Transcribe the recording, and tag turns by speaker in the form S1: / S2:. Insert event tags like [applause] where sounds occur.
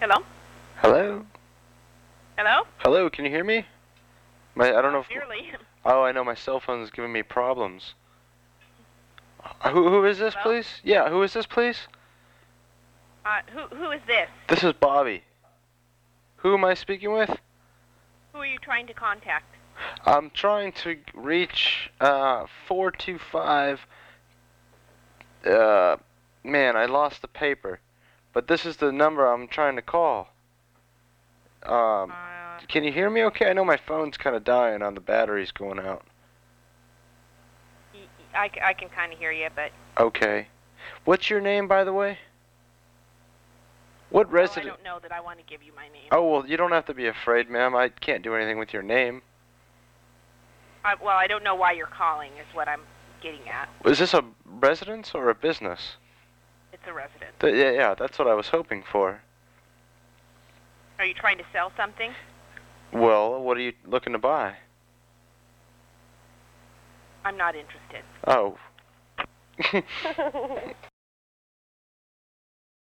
S1: Hello?
S2: Hello?
S1: Hello?
S2: Hello, can you hear me? My I don't know if
S1: Clearly. [laughs]
S2: Oh, I know my cell phone's giving me problems. Uh, Who who is this,
S1: Hello?
S2: please? Yeah, who is this, please?
S1: Uh, who, who is this?
S2: This is Bobby. Who am I speaking with?
S1: Who are you trying to contact?
S2: I'm trying to reach uh 425 uh man, I lost the paper. But this is the number I'm trying to call. Um
S1: Uh,
S2: can you hear me okay? I know my phone's kind of dying on the batteries going out.
S1: y- y- I, c- I can kind of hear you, but
S2: Okay. What's your name, by the way? What
S1: oh, I
S2: resident?
S1: don't know that I want to give you my name.
S2: Oh, well, you don't have to be afraid, ma'am. I can't do anything with your name.
S1: I, Uh, well, I don't know why you're calling, is what I'm getting at.
S2: Is this a residence or a business?
S1: It's a resident.
S2: Th- yeah, yeah, that's what I was hoping for.
S1: Are you trying to sell something?
S2: Well, what are you looking to buy?
S1: I'm not interested.
S2: Oh.